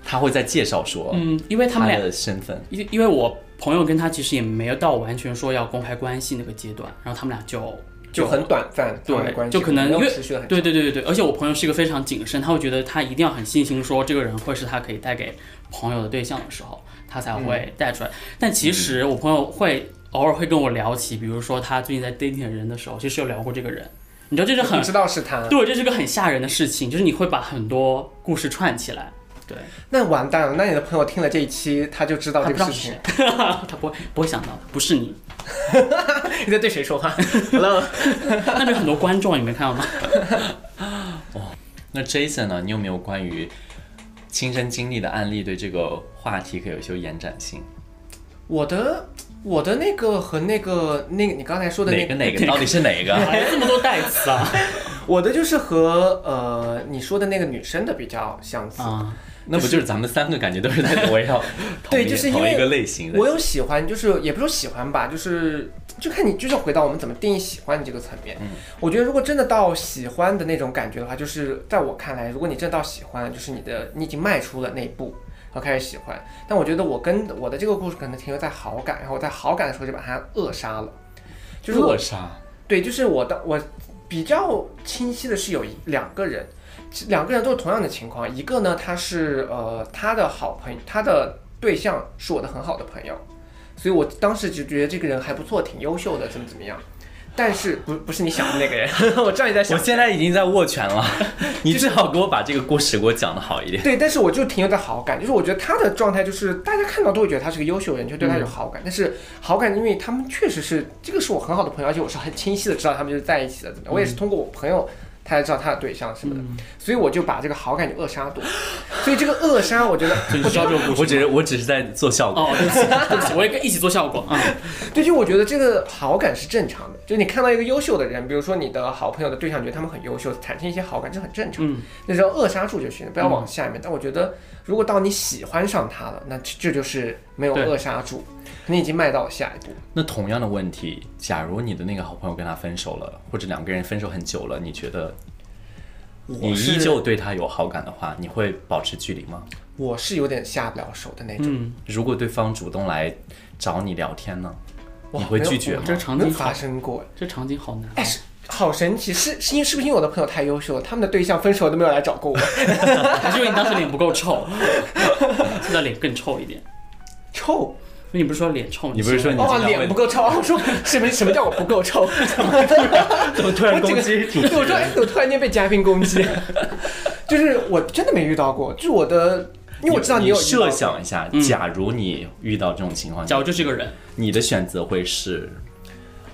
C: 他会再介绍
D: 哦
C: 说，
A: 嗯，因为他们俩
C: 的身份，
A: 因因为我朋友跟他其实也没有到完全说要公开关系那个阶段，然后他们俩就
D: 就很短暂，他们的关
A: 对，就
D: 系
A: 可能因
D: 没有
A: 为
D: 持续的很
A: 对对对对对，而且我朋友是一个非常谨慎，他会觉得他一定要很信心说这个人会是他可以带给朋友的对象的时候，他才会
D: 嗯
A: 带出来。但其实我朋友会偶尔会跟我聊起，比如说他最近在 dating 的人的时候，其实有聊过这个人，你知道这是
D: 长，
A: 很
D: 你知道是他，
A: 对，这是个很吓人的事情，就是你会把很多故事串起来。对，
D: 那完蛋了，那你的朋友听了这一期，他就知道
A: 他
D: 这
A: 不知
D: 个
A: 道
D: 事
A: 是
D: 情
A: 谁，， *laughs* 他不会不会想到的，不是你。 *laughs*
D: 你在对谁 *laughs* 说话？Hello，
A: 那边很多观众，你没看到吗？
C: 那 Jason 呢？你有没有关于亲身经历的案例对这个话题可以有一些延展性？
D: 我的我的那个和那个那个你刚才说的那
C: 哪个哪个到底是哪个？
A: 还有哎这么多代词啊！
D: *laughs* 我的就是和呃你说的那个女生的比较相似。
A: 啊，
C: 那不就是咱们三个感觉都是在围绕同一
D: 对就是因为
C: 同一个类型的？ *laughs*
D: 我有喜欢，就是也不是说喜欢吧，就是就看你就是回到我们怎么定义喜欢这个层面。我觉得如果真的到喜欢的那种感觉的话，就是在我看来，如果你真的到喜欢，就是你的你已经迈出了那一步。然后开始喜欢，但我觉得我跟我的这个故事可能停留在好感，然后我在好感的时候就把它扼杀了，就是我
C: 扼杀。
D: 对，就是我的我比较清晰的是有一两个人，其两个人都是同样的情况，一个呢他是呃他的好朋友，他的对象是我的很好的朋友，所以我当时就觉得这个人还不错，挺优秀的，怎么怎么样。但是不不是你想的那个人， *laughs* 我知道你在想
C: 我
D: 谁。
C: 现在已经在握拳了， *laughs* 你最好给我把这个故事给我讲的好一点。
D: 对，但是我就停留在好感，就是我觉得他的状态就是大家看到都会觉得他是个优秀人，就对他有好感。但是好感，因为他们确实是这个是我很好的朋友，而且我是很清晰的知道他们就是在一起的，怎么样？我也是通过我朋友。他才知道他的对象什么的，所以我就把这个好感就扼杀掉。所以这个扼杀，我觉得
A: 所以你知道这个故事吗？
C: 我只是我只是在做效果。
A: 哦，对不起，对不起，我也跟一起做效果啊。
D: 对，就我觉得这个好感是正常的，就是你看到一个优秀的人，比如说你的好朋友的对象，觉得他们很优秀，产生一些好感，这很正常。
A: 嗯
D: 那时候扼杀住就行了，不要
C: 嗯
D: 往下面。但我觉得，如果到你喜欢上他了，那这这就是没有
A: 对
D: 扼杀住，你已经迈到了下一步。
C: 那同样的问题，假如你的那个好朋友跟他分手了，或者两个人分手很久了，你觉得你
D: 我
C: 依
D: 是
C: 旧对他有好感的话，你会保持距离吗？
D: 我是有点下不了手的那种，
A: 嗯，
C: 如果对方主动来找你聊天呢，
D: 哇
C: 你会
D: 没有
C: 拒绝
A: 哇
C: 吗
A: 这？个场
D: 没
A: 景
D: 发
A: 好，
D: 生过。
A: 这场景好难啊。
D: 哎，是好神奇，是是因为是不是因为我的朋友太优秀了，他们的对象分手都没有来找过我， *laughs*
A: *laughs* 还啊是因为你当时脸不够臭，现在脸更臭一点。
D: 臭
A: 因为你不是说脸臭？
C: 你不是说你
D: 哦，
C: 经常
D: 脸
C: 会
D: 不够臭，哦我说什么什么叫我不够臭？ *laughs*
C: 怎么 *laughs* *laughs* 突
D: 我
C: 然
D: 这
C: 攻
D: 个，
C: 击？挺
D: 对，我说哎，我突然间被嘉宾攻击， *laughs* 就是我真的没遇到过，就是我的，因为我知道
C: 你
D: 有遇嗯到过
C: 设想一下，假如你遇到这种情况，
A: 假如就是个人，
C: 你的选择会是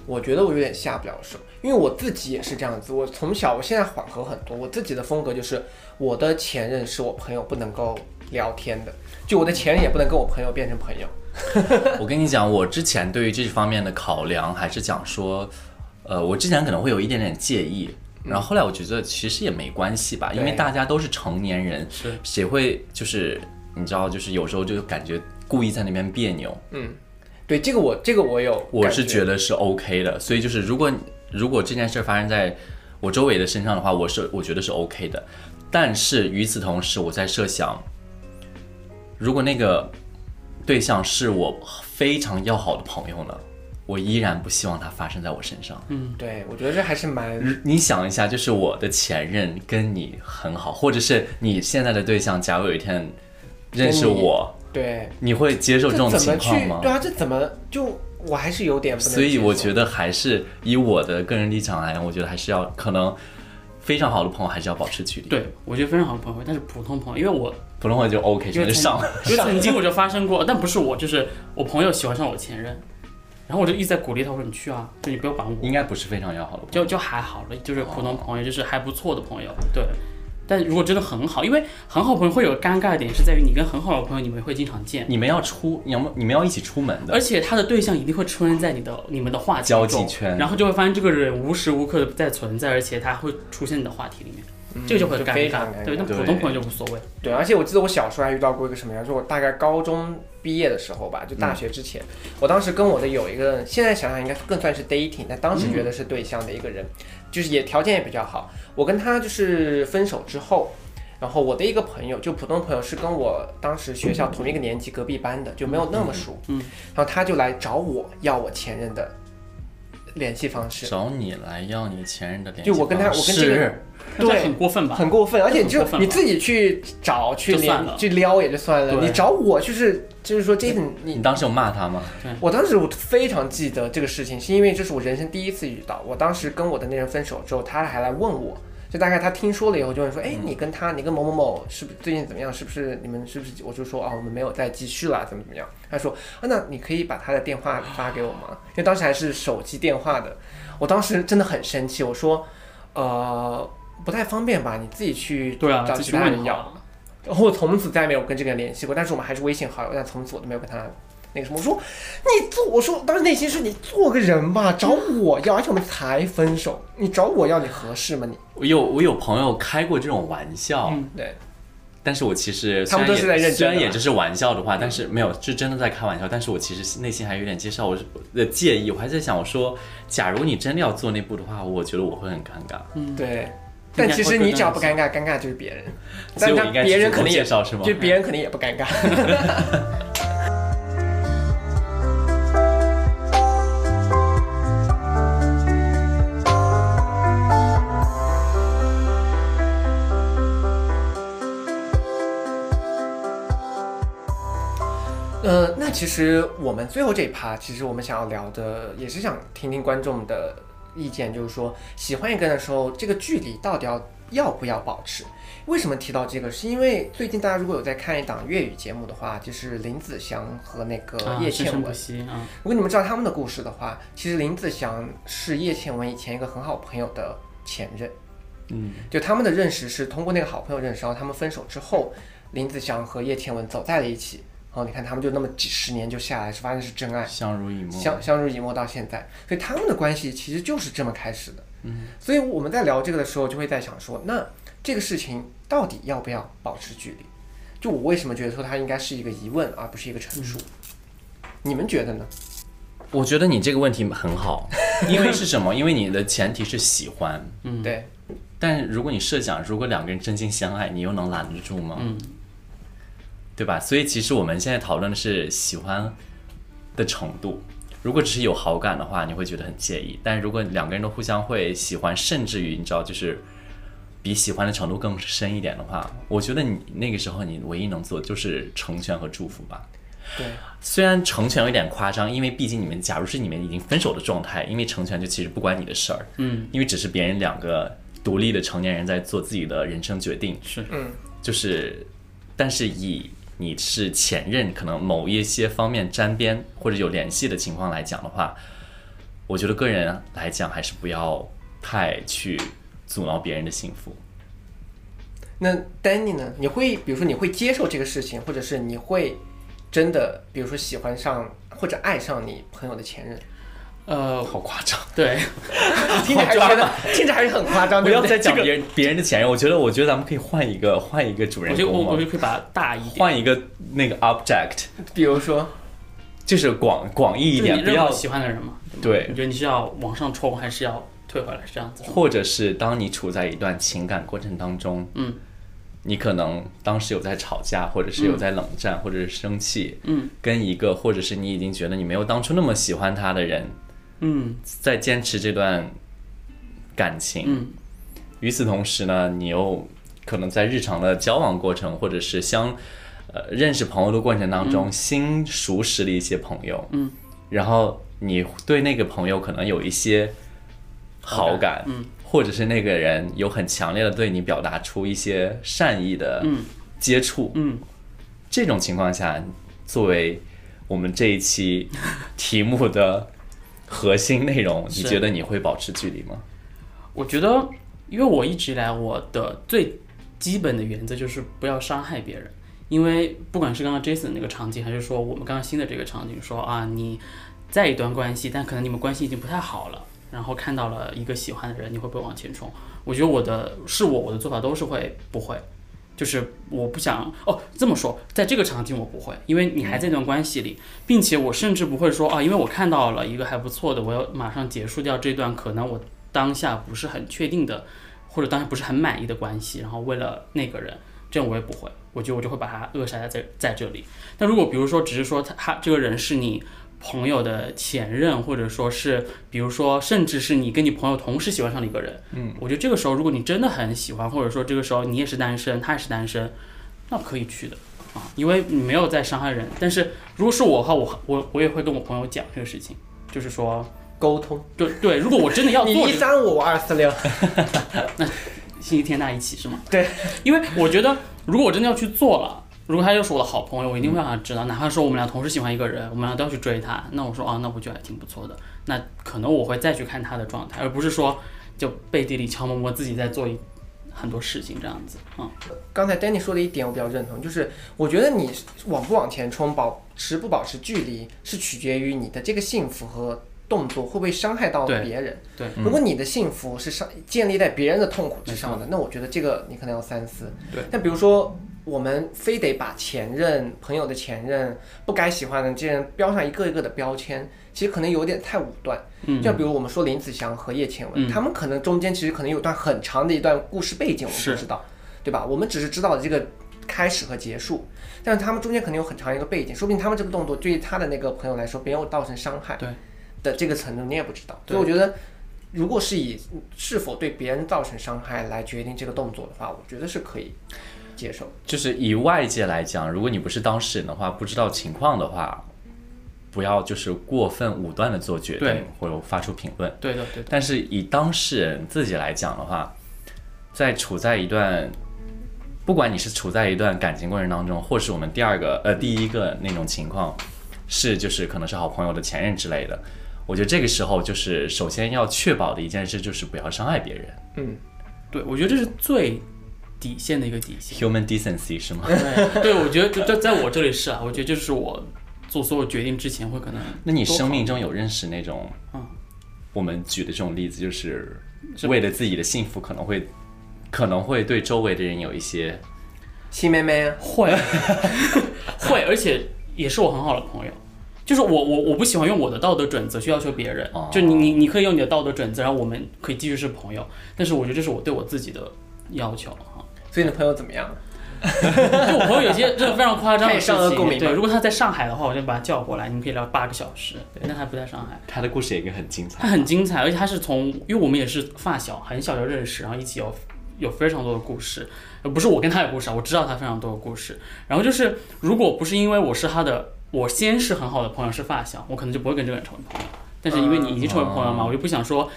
D: 我觉得我有点下不了手，因为我自己也是这样子。我从小，我现在缓和很多。我自己的风格就是，我的前任是我朋友不能够聊天的，就我的前任也不能跟我朋友变成朋友。
C: *laughs* 我跟你讲，我之前对于这方面的考量还是讲说，呃，我之前可能会有一点点介意，然后后来我觉得其实也没关系吧，因为
D: 对
C: 大家都是成年人
A: 是，
C: 谁会就是你知道，就是有时候就感觉故意在那边别扭，
D: 对这个我，这个我有感，
C: 我是觉得是 OK 的，所以就是如果如果这件事发生在我周围的身上的话，我是我觉得是 OK 的，但是与此同时，我在设想，如果那个对象是我非常要好的朋友呢，我依然不希望它发生在我身上。
D: 嗯对我觉得这还是蛮
C: 你想一下，就是我的前任跟你很好，或者是你现在的对象，假如有一天认识
D: 跟你
C: 我，
D: 对。
C: 你会接受这
D: 这
C: 种
D: 怎么
C: 情
D: 去
C: 况吗？？
D: 对啊，这怎么就我还是有点不能接受。
C: 所以我觉得还是以我的个人立场来讲，我觉得还是要可能非常好的朋友还是要保持距离。，
A: 对我觉得非常好的朋友，但是普通朋友，因为我
C: 普通朋友就 OK，
A: 因
C: 全
A: 为
C: 是
A: 曾
C: 上。
A: 因为曾经我就发生过，但不是我，就是我朋友喜欢上我前任，然后我就一直在鼓励他，我说你去啊，就你不要管我，
C: 应该不是非常要好的朋友。
A: 就就还好了，就是普通朋友，就是还不错的朋友，对。但如果真的很好，因为很好朋友会有尴尬的点是在于你跟很好的朋友你们会经常见，
C: 你们要出，你们你们要一起出门
A: 而
D: 呃
C: 的，
A: 且他的对象一定会出现在你的你们的话题
C: 交际
A: 中
C: 圈
A: 然后就会发现这个人无时无刻的在存在，而且他会出现你的话题里面。这嗯个就很
D: 就
A: 尴
D: 非
A: 尬
D: 常尴，
A: 对，那
D: 尬
A: 普通朋友就无所谓。
D: 对，而且我记得我小时候还遇到过一个什么样，就是我大概高中毕业的时候吧，就
A: 嗯
D: 大学之前，我当时跟我的有一个，现在想想应该更算是 dating，但当
A: 嗯
D: 时觉得是对象的一个人，就是也条件也比较好。我跟他就是分手之后，然后我的一个朋友，就普通朋友，是跟我当时学校同一个年级隔壁班的，就没有那么熟。
A: 嗯，
D: 然后他就来找我要我前任的联系方式，
C: 找你来要你前任的联系
D: 就我跟他，我跟这个
A: 那这
D: 对
A: 很过分吧？
D: 很过分，而且就
A: 很过分
D: 你
A: 吧
D: 自己去找去
A: 就算
D: 连
A: 了
D: 去撩也就算了，
A: 对
D: 你找我就是就是说这个
C: 你
D: 你，
C: 当时有骂他吗？
A: 嗯
D: 我当时我非常记得这个事情，是因为这是我人生第一次遇到，我当时跟我的那人分手之后，他还来问我。就大概他听说了以后，就会说：“哎，你跟他，你跟某某某是不是最近怎么样？是不是你们是不是？”我就说：“啊，我们没有再继续了，怎么怎么样？”他说：“啊，那你可以把他的电话发给我吗？因为当时还是手机电话的。”我当时真的很生气，我说：“呃，不太方便吧？你自己去
A: 对啊，
D: 找
A: 自
D: 其
A: 己
D: 他人
A: 问
D: 要。”
A: 好了。
D: 然后我从此再没有跟这个人联系过，但是我们还是微信好友，但从此我都没有跟他那个什么。我说你做，我说当时内心是你做个人吧，找我要，而且我们才分手，你找我要你合适吗你？
C: 我有我有朋友开过这种玩笑，
A: 嗯
D: 对，
C: 但是我其实
D: 他们
C: 虽然
D: 都是在
C: 也
D: 认真的
C: 虽然也就是玩笑的话，但是没有是真的在开玩笑，但是我其实内心还有点介绍我是呃介意，我还在想我说，假如你真的要做那步的话，我觉得我会很尴尬，
D: 对。但其实你只要不尴尬，尴尬就是别人。
C: 所以
D: 但
C: 我
D: 他
C: 应该
D: 别人
C: 主
D: 肯
C: 动
D: 定也
C: 介绍是吗？
D: 就别人肯定也不尴尬。 *laughs* 呃，那其实我们最后这一趴，其实我们想要聊的，也是想听听观众的意见，就是说喜欢一个人的时候，这个距离到底要要不要保持？为什么提到这个？是因为最近大家如果有在看一档粤语节目的话，就是林子祥和那个
A: 啊，
D: 叶
A: 生
D: 倩
A: 生
D: 文
A: 不。息啊，
D: 如果你们知道他们的故事的话，其实林子祥是叶倩文以前一个很好朋友的前任。
B: 嗯，
D: 就他们的认识是通过那个好朋友认识，然后他们分手之后，林子祥和叶倩文走在了一起。然后你看他们就那么几十年就下来，是发现是真爱，
C: 相濡以沫，
D: 相相濡以沫到现在，所以他们的关系其实就是这么开始的。嗯，所以我们在聊这个的时候，就会在想说，那这个事情到底要不要保持距离？就我为什么觉得说它应该是一个疑问，而不是一个陈述？你们觉得呢？
C: 我觉得你这个问题很好， *laughs* 因为是什么？因为你的前提是喜欢，
A: 嗯，
D: 对，
C: 但如果你设想，如果两个人真心相爱，你又能拦得住吗？
A: 嗯，
C: 对吧？所以其实我们现在讨论的是喜欢的程度。如果只是有好感的话，你会觉得很介意；但如果两个人都互相会喜欢，甚至于你知道，就是比喜欢的程度更深一点的话，我觉得你那个时候你唯一能做就是成全和祝福吧。
D: 对，
C: 虽然成全有点夸张，因为毕竟你们假如是你们已经分手的状态，因为成全就其实不关你的事儿，
A: 嗯，
C: 因为只是别人两个独立的成年人在做自己的人生决定，
A: 是，
D: 嗯，
C: 就是，但是以你是前任可能某一些方面沾边或者有联系的情况来讲的话，我觉得个人来讲还是不要太去阻挠别人的幸福。
D: 那 Danny 呢？你会比如说你会接受这个事情，或者是你会真的比如说喜欢上或者爱上你朋友的前任？
A: 呃，
C: 好夸张！
A: 对，
D: 听着还是觉得听着还是很夸
C: *laughs*
D: 张，
C: 不
D: 对
C: 要
D: 对
C: 再讲别人别人的前任，我觉得我觉得咱们可以换一个换一个主
A: 我
C: 人
A: 就我
C: 公
A: 我就
C: 嘛，
A: 可以把它大一点，
C: 换一个那个 object，
D: 比如说，
C: 就是广广义一
A: 就是你
C: 点，不
A: 任何
C: 要
A: 喜欢的人嘛，
C: 对
A: 你觉得你是要往上冲还是要退回来？是这样子是吗，
C: 或者是当你处在一段情感过程当中，
A: 嗯，
C: 你可能当时有在吵架，或者是有在冷战，或者是生气，
A: 嗯，
C: 跟一个或者是你已经觉得你没有当初那么喜欢他的人，
A: 嗯
C: 在坚持这段感情，
A: 嗯，
C: 与此同时呢，你又可能在日常的交往过程，或者是相呃认识朋友的过程当中，新熟识了一些朋友，
A: 嗯，
C: 然后你对那个朋友可能有一些好感，
A: 嗯，
C: 或者是那个人有很强烈的对你表达出一些善意的
A: 嗯
C: 接触，
A: 嗯，
C: 这种情况下，作为我们这一期 *laughs* 题目的核心内容，你
A: 是
C: 觉得你会保持距离吗？
A: 我觉得，因为我一直以来我的最基本的原则就是不要伤害别人，因为不管是刚刚 Jason 那个场景，还是说我们刚刚新的这个场景，说啊你在一段关系，但可能你们关系已经不太好了，然后看到了一个喜欢的人，你会不会往前冲？我觉得我的是我我的做法都是会不会，就是我不想哦这么说，在这个场景我不会，因为你还在一段关系里，并且我甚至不会说啊，因为我看到了一个还不错的，我要马上结束掉这段可能我当下不是很确定的，或者当下不是很满意的关系，然后为了那个人，这样我也不会，我觉得我就会把他扼杀在这在这里。但如果比如说只是说他他这个人是你朋友的前任，或者说是比如说甚至是你跟你朋友同时喜欢上了一个人，嗯，我觉得这个时候如果你真的很喜欢，或者说这个时候你也是单身，他也是单身，那可以去的啊，因为你没有在伤害人。但是如果是我的话，我我我也会跟我朋友讲这个事情，就是说，
D: 沟通，
A: 对对，如果我真的要
D: 你
A: 做
D: 一三五，我二四六，
A: 星期天大家一起是吗？
D: 对，
A: 因为我觉得如果我真的要去做了，如果他又是我的好朋友，我一定会让他知道，哪怕说我们俩同时喜欢一个人，我们俩都要去追他，那我说啊，那我觉得还挺不错的，那可能我会再去看他的状态，而不是说就背地里悄摸摸自己在做一很多事情这样子啊、
D: 刚才 Danny 说的一点我比较认同，就是我觉得你往不往前冲，保持不保持距离，是取决于你的这个幸福和动作会不会伤害到
A: 对
D: 别人。
A: 对嗯
D: 如果你的幸福是上建立在别人的痛苦之上的，那我觉得这个你可能要三思。
A: 对，
D: 但比如说我们非得把前任、朋友的前任、不该喜欢的这些人标上一个一个的标签，其实可能有点太武断。
A: 嗯，
D: 就比如我们说林子祥和叶倩文，
A: 嗯
D: 他们可能中间其实可能有段很长的一段故事背景，我们
A: 是
D: 不知道，对吧？我们只是知道这个开始和结束，但是他们中间可能有很长一个背景，说不定他们这个动作对于他的那个朋友来说没有造成伤害，
A: 对
D: 的这个程度你也不知道，
A: 对
D: 所以我觉得。如果是以是否对别人造成伤害来决定这个动作的话，我觉得是可以接受。
C: 就是以外界来讲，如果你不是当事人的话，不知道情况的话，不要就是过分武断的做决
A: 对
C: 定或者发出评论。
A: 对的对的，
C: 但是以当事人自己来讲的话，在处在一段，不管你是处在一段感情过程当中，或是我们第二个呃第一个那种情况，是就是可能是好朋友的前任之类的，我觉得这个时候就是首先要确保的一件事就是不要伤害别人
A: 对我觉得这是最底线的一个底
D: *laughs*
A: 线。
C: ，human decency 是吗？
A: 对，对我觉得就就在我这里是啊，我觉得这是我做所有决定之前会可能
C: 那你
A: 多
C: 生
A: 考
C: 命
A: 虑
C: 中有认识那种，
A: 嗯
C: 我们举的这种例子，就是为了自己的幸福，可能会可能会对周围的人有一些，
D: 七妹妹啊，
A: 会，会，而且也是我很好的朋友。就是我我我不喜欢用我的道德准则去要求别人，
C: 哦
A: 就你你你可以用你的道德准则，然后我们可以继续是朋友。但是我觉得这是我对我自己的要求哈。
D: 所以你的朋友怎么样？
A: 就我朋友有些真的非常夸张的
D: 可以
A: 事
D: 上额共
A: 情，
D: 鸣
A: 对，
D: 吗
A: 如果他在上海的话，我就把他叫过来，你们可以聊八个小时。对，但他不在上海，
C: 他的故事也很精彩。
A: 他 *laughs* 很精彩，而且他是从，因为我们也是发小，很小就认识，然后一起有有非常多的故事，呃，不是我跟他有故事啊，我知道他非常多的故事。然后就是，如果不是因为我是他的，我先是很好的朋友，是发小，我可能就不会跟这个人成为朋友。但是因为你已经成为朋友
C: 啊
A: 嘛，我就不想说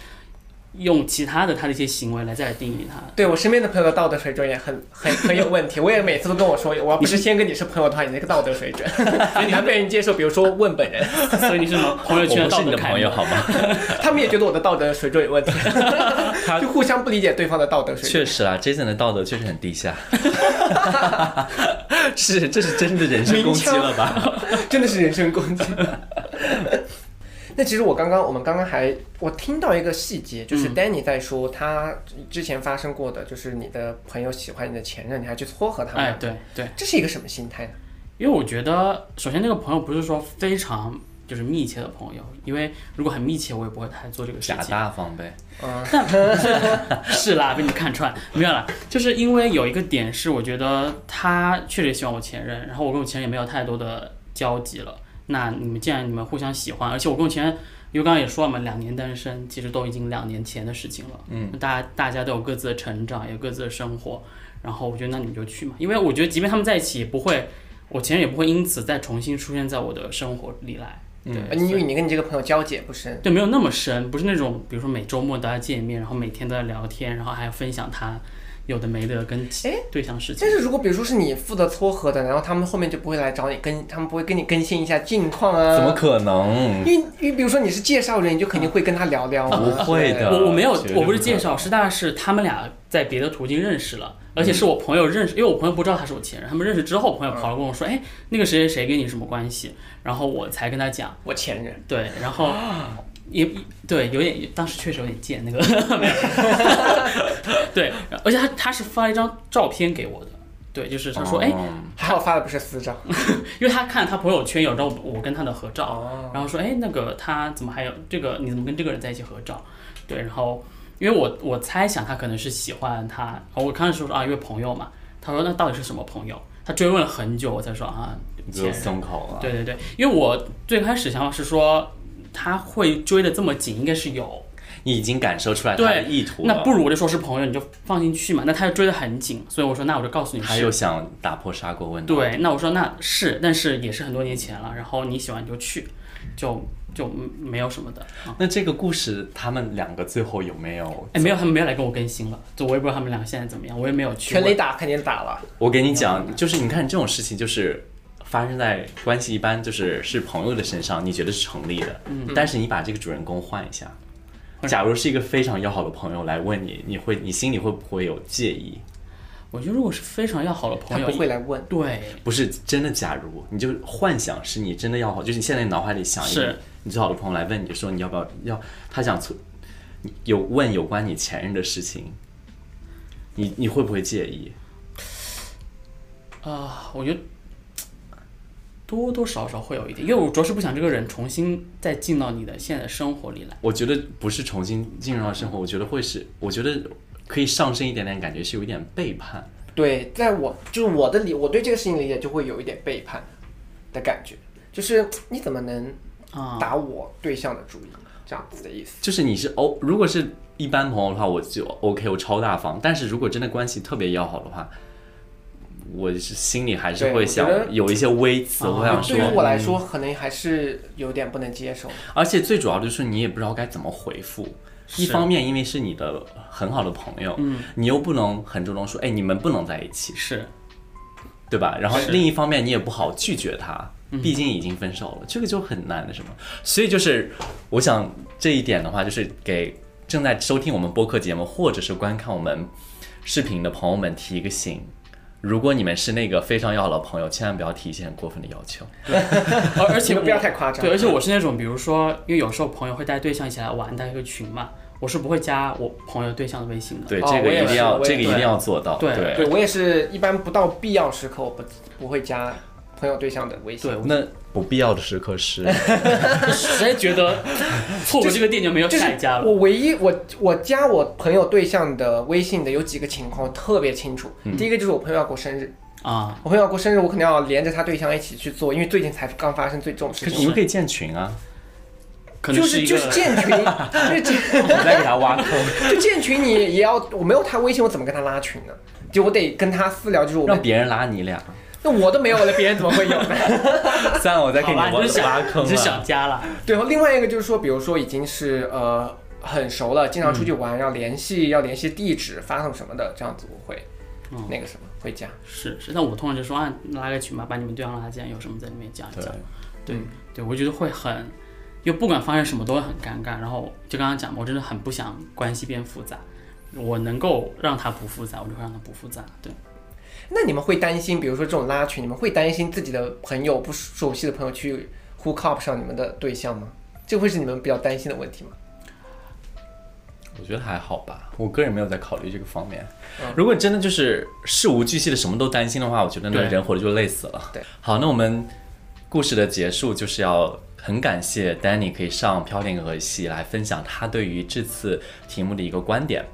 A: 用其他的他的一些行为来再来定义他。
D: 对我身边的朋友的道德水准也很很很有问题，我也每次都跟我说，我要不是先跟你是朋友的话，你那个道德水准很难被人接受。比如说问本人，
A: 所以你是
C: *laughs*
A: 什么朋友
C: 我
A: 圈
C: 不
A: 道
C: 是你
A: 德
C: 的
A: 楷
C: 朋友
A: 模？
C: 好
A: *laughs*
C: 吗？
D: 他们也觉得我的道德水准有问题，就互相不理解对方的道德水准。
C: 确实啊，Jason 的道德确实很低下， *laughs* 是这是真的人身攻击了吧？
D: 真的是人身攻击。 *laughs* 那其实我刚刚，我们刚刚还我听到一个细节，就是 Danny 在说他之前发生过的，就是你的朋友喜欢你的前任，你还去撮合他
A: 哎
D: 们，，
A: 对对。
D: 这是一个什么心态呢？
A: 因为我觉得，首先那个朋友不是说非常就是密切的朋友，因为如果很密切，我也不会太做这个事
C: 假
A: 情。
C: 大方呗，
D: 嗯，
A: 是啦，被你看穿，没有啦，就是因为有一个点是，我觉得他确实也喜欢我前任，然后我跟我前任也没有太多的交集了。那你们既然你们互相喜欢，而且我跟我前任，因为刚刚也说了嘛，两年单身，其实都已经两年前的事情了。嗯，大家大家都有各自的成长，有各自的生活，然后我觉得那你们就去嘛，因为我觉得即便他们在一起，也不会，我前任也不会因此再重新出现在我的生活里来。对，
D: 啊呃你以为你跟你这个朋友交集也不深，
A: 对，没有那么深，不是那种比如说每周末大家见面，然后每天都在聊天，然后还分享他有的没的跟其
D: 诶
A: 对象事情
D: 但。是如果比如说是你负责撮合的，然后他们后面就不会来找你跟，他们不会跟你更新一下近况啊？
A: 呃
C: 怎么？可能？
D: 因为因为比如说你是介绍人，你就肯定会跟他聊聊啊。
C: 不会的
A: 我我没有
C: 绝，对
A: 我不是
C: 不可
A: 介绍，是大概是他们俩在别的途径认识了，而
C: 嗯
A: 且是我朋友认识，因为我朋友不知道他是我前任，他们认识之后，朋友跑来跟我说，哎，那个谁谁谁跟你什么关系，然后我才跟他讲，
D: 我前任，
C: 啊
A: 对，然后也对，有点当时确实有点贱那个， *laughs* 对，而且他他是发了一张照片给我的，对，就是他说
C: 哦嗯
A: 哎、
D: 还好发的不是私照。
A: 因为他看他朋友圈有张我我跟他的合照，
D: 哦，
A: 然后说哎那个他怎么还有这个你怎么跟这个人在一起合照？对，然后因为我我猜想他可能是喜欢他，我刚开始说啊因为朋友嘛，他说那到底是什么朋友？他追问了很久，我才说啊
C: 你
A: 前
C: 就
A: 任。
C: 松口了。
A: 对对对，因为我最开始想法是说他会追的这么紧，应该是有，
C: 你已经感受出来他的
A: 对
C: 意图了。
A: 那不如我就说是朋友，你就放进去嘛。那他又追得很紧，所以我说那我就告诉你
C: 他
A: 是。
C: 又想打破砂锅问到底。
A: 对，那我说那是，但是也是很多年前了。然后你喜欢你就去，就就没有什么的。啊
C: 那这个故事他们两个最后有没有？
A: 哎，没有，他们没有来跟我更新了，就我也不知道他们俩现在怎么样，我也没有去
D: 全
A: 问。
D: 雷打肯定打了，
C: 我给你讲，就是你看这种事情，就是发生在关系一般就是是朋友的身上，你觉得是成立的，但是你把这个主人公换一下，假如是一个非常要好的朋友来问你，你会你心里会不会有介意？
A: 我觉得如果是非常要好的
D: 他
A: 朋友，
D: 不会来问。
A: 对，
C: 不是真的，假如你就幻想是你真的要好，就是你现在脑海里想一
A: 是
C: 个你最好的朋友来问你说你要不要要，他想从你有问有关你前任的事情，你你会不会介意？
A: 啊、我觉得多多少少会有一点，因为我主要是不想这个人重新再进到你的现在的生活里来。
C: 我觉得不是重新进入到生活，我觉得会是，我觉得可以上升一点点，感觉是有一点背叛。
D: 对，在我就是我的理，我对这个事情理解就会有一点背叛的感觉，就是你怎么能
A: 啊
D: 打我对象的主意？这样子的意思。
C: 就是你是哦，如果是一般朋友的话，我就 OK，我超大方。但是如果真的关系特别要好的话，我是心里还是
D: 对我
C: 会
D: 觉
C: 想
D: 得啊
C: 有一些微词，我想
D: 对
C: 说。
D: 于我来说，可能还是有点不能接受。
C: 而且最主要就是你也不知道该怎么回复。一方面，因为是你的很好的朋友，嗯，你又不能很主动说，哎，你们不能在一起，
A: 是，
C: 对吧？然后
A: 是
C: 另一方面，你也不好拒绝他，毕竟已经分手了，这个就很难的什么。所以就是，我想这一点的话，就是给正在收听我们播客节目或者是观看我们视频的朋友们提一个醒：如果你们是那个非常要好的朋友，千万不要提一些很过分的要求。
A: 而而且
D: *laughs* 你们不要
A: 我
D: 太夸张
A: 对，而且我是那种，比如说，因为有时候朋友会带对象一起来玩，带一个群嘛，我是不会加我朋友对象的微信的。
C: 对，
D: 哦
C: 这
D: 我
C: 个
D: 也
C: 一定
D: 是
C: 要，
D: 我也
C: 这个一定要做到。
A: 对
D: 对我也是一般不到必要时刻，我不不会加朋友对象的微信。
A: 对，我
C: 那不必要的时刻是。
A: *laughs* 实在觉得错过这个店就没有
D: 就是
A: 下一家了。
D: 我唯一我我加我朋友对象的微信的有几个情况我特别清楚，
A: 嗯
D: 第一个就是我朋友要过生日，
A: 啊，
D: 我朋友要过生日，我肯定要连着他对象一起去做，因为最近才刚发生最重视
C: 可是
D: 的事
C: 你
D: 情，
C: 们可以建群啊，
A: 可能
D: 就是是
A: 一
D: 就
A: 个
D: 是建群，就是建
C: 你在给他挖坑，
D: 就建群你也要，我没有他微信我怎么跟他拉群呢？就我得跟他私聊，就是我
C: 让
D: 们
C: 别人拉你俩。
D: 那我都没有了，别人怎么会有呢？
C: 算了，我再给
A: 好
C: 你
A: 吧，
C: 挖
A: 你就是
C: 挖
A: 想
C: 坑
A: 你
C: 了
A: 是。想家了，
D: 对，然后另外一个就是说，比如说已经是呃很熟了，经常出去玩，要联系要联系地址、发送什么的，这样子我会、
A: 嗯
D: 那个什么会加。
A: 是是。那我通常就说啊，拉个群吧，把你们对象拉进来，有什么在里面讲一
C: 对
A: 讲。对对，我觉得会很，又不管发生什么都会很尴尬。然后就刚刚讲嘛，我真的很不想关系变复杂，我能够让它不复杂，我就会让它不复杂。对。
D: 那你们会担心，比如说这种拉群，你们会担心自己的朋友不熟悉的朋友去 hook up 上你们的对象吗？这会是你们比较担心的问题吗？
E: 我觉得还好吧。
C: 我个人没有在考虑这个方面。如果真的就是事无巨细的什么都担心的话，我觉得那
A: 对
C: 人活着就累死了。
D: 对，
C: 好，那我们故事的结束就是要很感谢 Danny 可以上《飘零河系》来分享他对于这次题目的一个观点。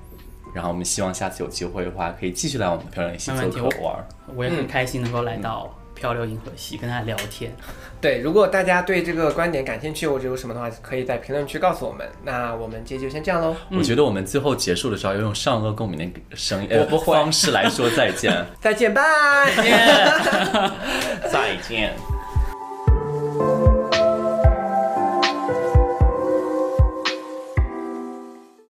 C: 然后我们希望下次有机会的话，可以继续来我们的《飘零河系
A: 没》问题
C: 做客玩儿。
A: 我也很开心能够来到漂流银河系跟大家聊天。
D: 对，如果大家对这个观点感兴趣，或者有什么的话，可以在评论区告诉我们。那我们这期就先这样喽。
C: 我觉得我们最后结束的时候要用上颚共鸣的声音、
D: 我不
C: 呃方式来说再见，
D: 再见，拜。
C: 再见。